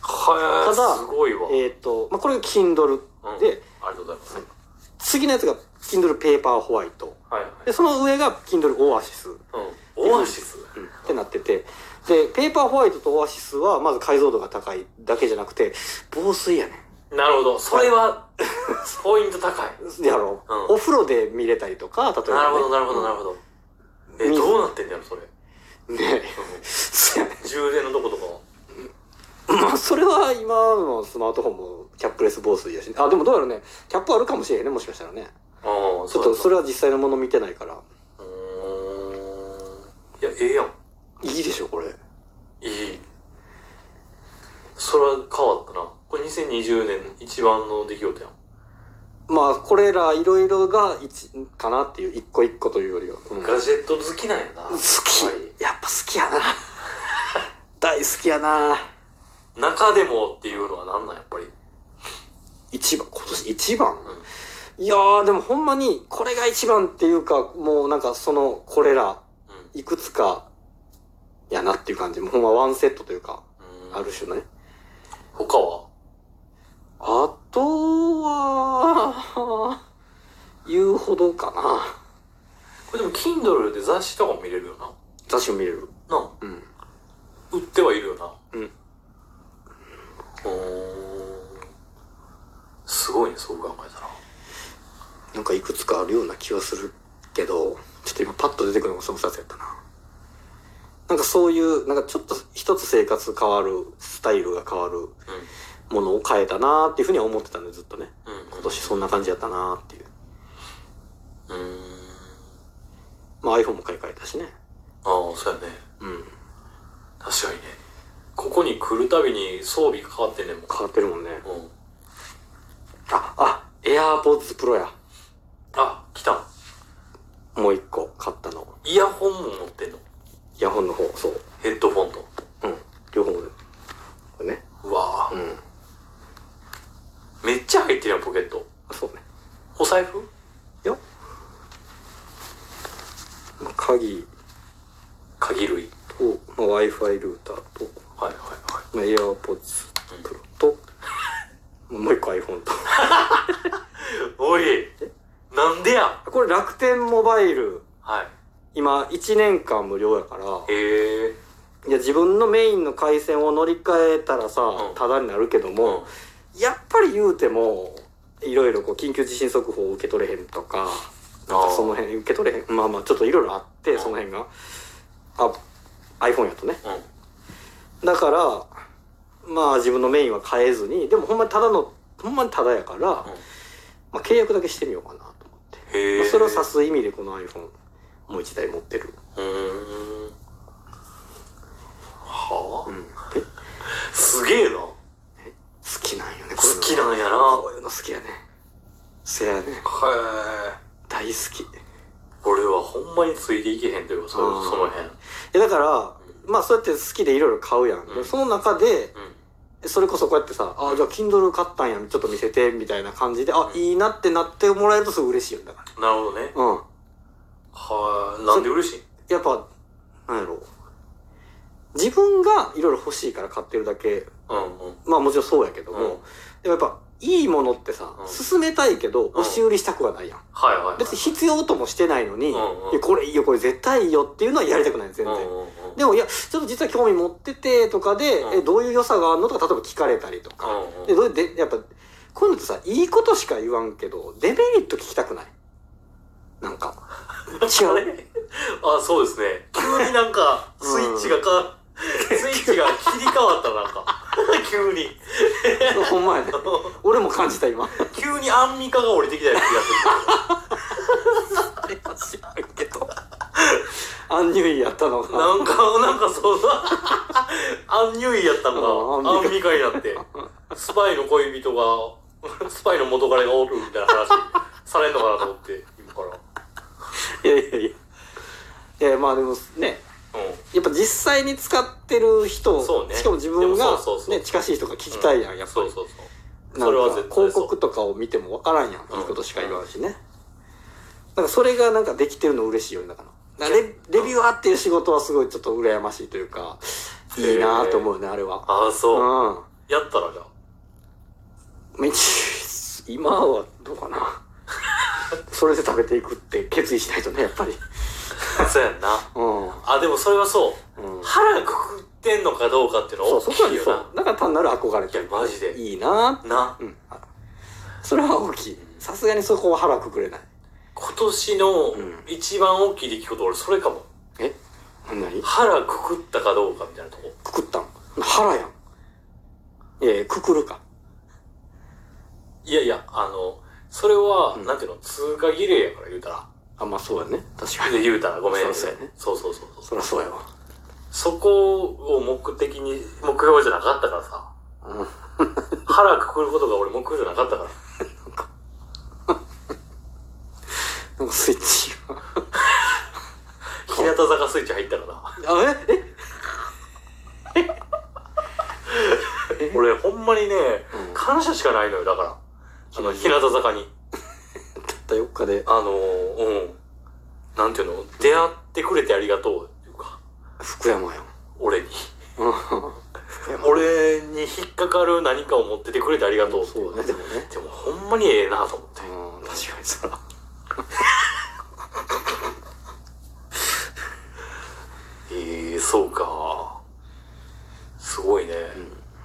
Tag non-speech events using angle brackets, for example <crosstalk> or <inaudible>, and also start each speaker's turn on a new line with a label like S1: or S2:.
S1: は
S2: ただ
S1: すごいわ、
S2: えっ、と、まあ、これが Kindle
S1: うん
S2: で、
S1: ありがとうございます、
S2: 次のやつが Kindle ペーパーホワイト。
S1: はいはい
S2: で、その上が Kindle オアシス。
S1: うん、オアシス
S2: うんってなってて。で、ペーパーホワイトとオアシスは、まず解像度が高いだけじゃなくて、防水やね
S1: なるほどそれはポイント
S2: <laughs>
S1: 高い
S2: ん。やろ、
S1: うん
S2: お風呂で見れたりとか、例えば、ね。
S1: なるほどなるほどなるほどえ
S2: 水
S1: どうなってんだよそれ
S2: ど。ね <laughs> そうやね
S1: 充電のどことかは
S2: まあ、それは今のスマートフォンもキャップレス防水やし、あ、でもどうやろね、キャップあるかもしれへんね、もしかしたらね。
S1: ああ
S2: ちょ
S1: そ
S2: っ
S1: うだ
S2: とそれは実際のもの見てないから。
S1: うーんいやええやん
S2: いいでしょ、これ。
S1: いいそれは変わったなこれ2020年一番の出来事やん
S2: まあ、これらいろいろが一、かなっていう、一個一個というよりは。うん
S1: ガジェット好きなんやな
S2: 好
S1: やっぱり
S2: き。やっぱ好きやな。 <laughs> 大好きやな。
S1: 中でもっていうのはなんなんやっぱり
S2: 一番、今年一番、いやー、でもほんまに、これが一番っていうか、もうなんかその、これら、いくつか、やなっていう感じ。もうほんまワンセットというか、
S1: うん、うん、
S2: ある種のね。
S1: 他は
S2: あとは、言うほどかな。
S1: これでも Kindle で雑誌とかも見れるよな
S2: 雑誌を見れる。
S1: なあ
S2: うん。
S1: 売ってはいるよな
S2: うん。
S1: うーんすごいねそう考えたら
S2: なんかいくつかあるような気はするけど、ちょっと今パッと出てくるのがその2つやったな。なんかそういう、なんかちょっと一つ生活変わる、スタイルが変わるものを変えたなーっていうふうには思ってたんでずっとね。
S1: うんうん
S2: 今年そんな感じやったなーっていう。
S1: うーん
S2: まあ iPhone も買い替えたしね。
S1: ああそうやね
S2: うん。
S1: 確かにねここに来るたびに装備かかってんねんもん
S2: 変わってるもんね。
S1: うん
S2: あ、あ、AirPods Pro や。
S1: あ来た
S2: もう一個買ったの。
S1: イヤホンも持ってんの
S2: イヤホンの方、そう。
S1: ヘッドフォンと
S2: うん。両方で。ね。
S1: うわあ
S2: ん。
S1: めっちゃ入ってるやんポケット
S2: あ、そうね。
S1: お財布
S2: よ。鍵
S1: 鍵類
S2: と、まあ、Wi-Fi ルーターと、
S1: はいはいはい
S2: まあ、AirPods Pro と、もう一個 iPhone と。 <laughs>
S1: おいなんでや
S2: これ楽天モバイル、
S1: はい
S2: 今1年間無料やから、
S1: へえ
S2: いや自分のメインの回線を乗り換えたらさ
S1: う、ん
S2: タダになるけども、やっぱり言うても、いろいろこう緊急地震速報を受け取れへんとか、なんかその辺受け取れへん。まあまあちょっといろいろあって、
S1: ん
S2: その辺が。あ、iPhone やとね。
S1: うん
S2: だから、まあ自分のメインは変えずに、でもほんまにただの、ほんまにただやから、まあ契約だけしてみようかなと思って。
S1: へ
S2: ま
S1: え
S2: あそれを指す意味でこの iPhone もう一台持ってる。
S1: うーんはあ、
S2: うん。え好
S1: すげえな好
S2: きなんよね、こういうの
S1: きなんやな
S2: こういうの好きやね。せやね。
S1: へえ
S2: 大好き。
S1: 俺はほんまについていけへんというかそ
S2: あー
S1: その辺
S2: え、だから、まあそうやって好きでいろいろ買うやん。
S1: うん
S2: その中で、
S1: うん
S2: それこそこうやってさ、あ、じゃあ Kindle 買ったんや、ちょっと見せて、みたいな感じで、あ、いいなってなってもらえるとすごい嬉しいよ、だか
S1: なるほどね
S2: ら。うん。
S1: はあなんで嬉しい
S2: やっぱ、なんやろう。自分がいろいろ欲しいから買ってるだけ、
S1: うんうん
S2: まあもちろんそうやけど
S1: うん
S2: も、でもやっぱ、いいものってさ、
S1: うん
S2: 勧めたいけど、押し売りしたくはないやん。
S1: はいはい
S2: 別に必要ともしてないのに、
S1: うんうん
S2: いやこれいいよ、これ絶対いいよっていうのはやりたくない全
S1: う
S2: 然。
S1: んうんうん
S2: でもいや、ちょっと実は興味持っててとかで、
S1: うん
S2: え、どういう良さがあるのとか、例えば聞かれたりとか。
S1: うんうん
S2: で、どうで、やっぱ、こういうのってさ、いいことしか言わんけど、デメリット聞きたくないなんか、違
S1: あ <laughs>
S2: う。
S1: れあそうですね急になん
S2: <laughs>
S1: かスイッチがか、スイッチが切り替わったなんか <laughs> 急に
S2: ほんまやね。俺も感じた、
S1: <laughs>
S2: 今。
S1: 急にアンミカが降りてきたやつやって
S2: 知らんけど。アンニュイやったの
S1: る
S2: が。
S1: なんかなんかそんな
S2: <laughs>
S1: アンニュイやったん
S2: うん
S1: だ
S2: ア
S1: ア
S2: ン
S1: ン
S2: ミ
S1: ミカになってスパイの恋人が <laughs> スパイの元彼がおるみたいな話されんのかなと思って今から
S2: いやいやいや。いや、まあでもね、
S1: うん
S2: やっぱ実際に使ってる人、
S1: そうね
S2: しかも自分
S1: で
S2: が
S1: もそうそうそう
S2: ね、近しい人が聞きたいやん、やっぱ
S1: そう
S2: り。
S1: そうそう
S2: なん
S1: それは
S2: か
S1: 絶対そう
S2: 広告とかを見てもわからんやん、
S1: うん
S2: いいことしか言わんしね、なんかそれがなんかできてるの嬉しいよねだからレレビュアーっていう仕事はすごいちょっと羨ましいというかいいなと思うねあれは
S1: ああそう、
S2: う
S1: やったらじゃあ。
S2: まあ一応今はどうかな
S1: <laughs>
S2: それで食べていくって決意しないとねやっぱり
S1: そうやんな。
S2: うん、うん、
S1: あ、でもそれはそう。腹くくってんのかどうかっていうの
S2: そう
S1: は
S2: そ
S1: 大
S2: こは
S1: きいよ
S2: そうだから単なる憧れて
S1: いやマジで
S2: いいな
S1: な。な。
S2: うんあそれは大きいさすがにそこは腹くくれない
S1: 今年の
S2: ん
S1: 一番大きい出来事、俺それかも。
S2: え何
S1: 腹くくったかどうかみたいなとこ。
S2: くくったん腹やんいやいやくくるか
S1: いやいや、あの、それは、
S2: うん
S1: なんていうの、通過儀礼やから言うたら。
S2: あまあそうやね確かに
S1: で言うたらごめんな
S2: そ
S1: さ
S2: う
S1: い
S2: そうね。
S1: そうそうそうそう。
S2: そりゃそうやわ
S1: そこを目的に、目標じゃなかったから
S2: <laughs>
S1: さ。
S2: うん
S1: 腹くくることが俺目標じゃなかったから。
S2: なんかスイッチが
S1: 日向坂スイッチ入ったから
S2: あええ
S1: な。俺ほんまにね、
S2: うん
S1: 感謝しかないのよ、だから。あの、
S2: うん
S1: 日向坂に。
S2: たった4日で
S1: あのー、うん。なんていうの、出会ってくれてありがとうっていうか、
S2: 福山やん
S1: 俺に。
S2: うん <laughs> 福山
S1: 俺に引っかかる何かを持っててくれてありがとうってい
S2: そうねでもね
S1: でもほんまにええなと思って。
S2: うん確かにそら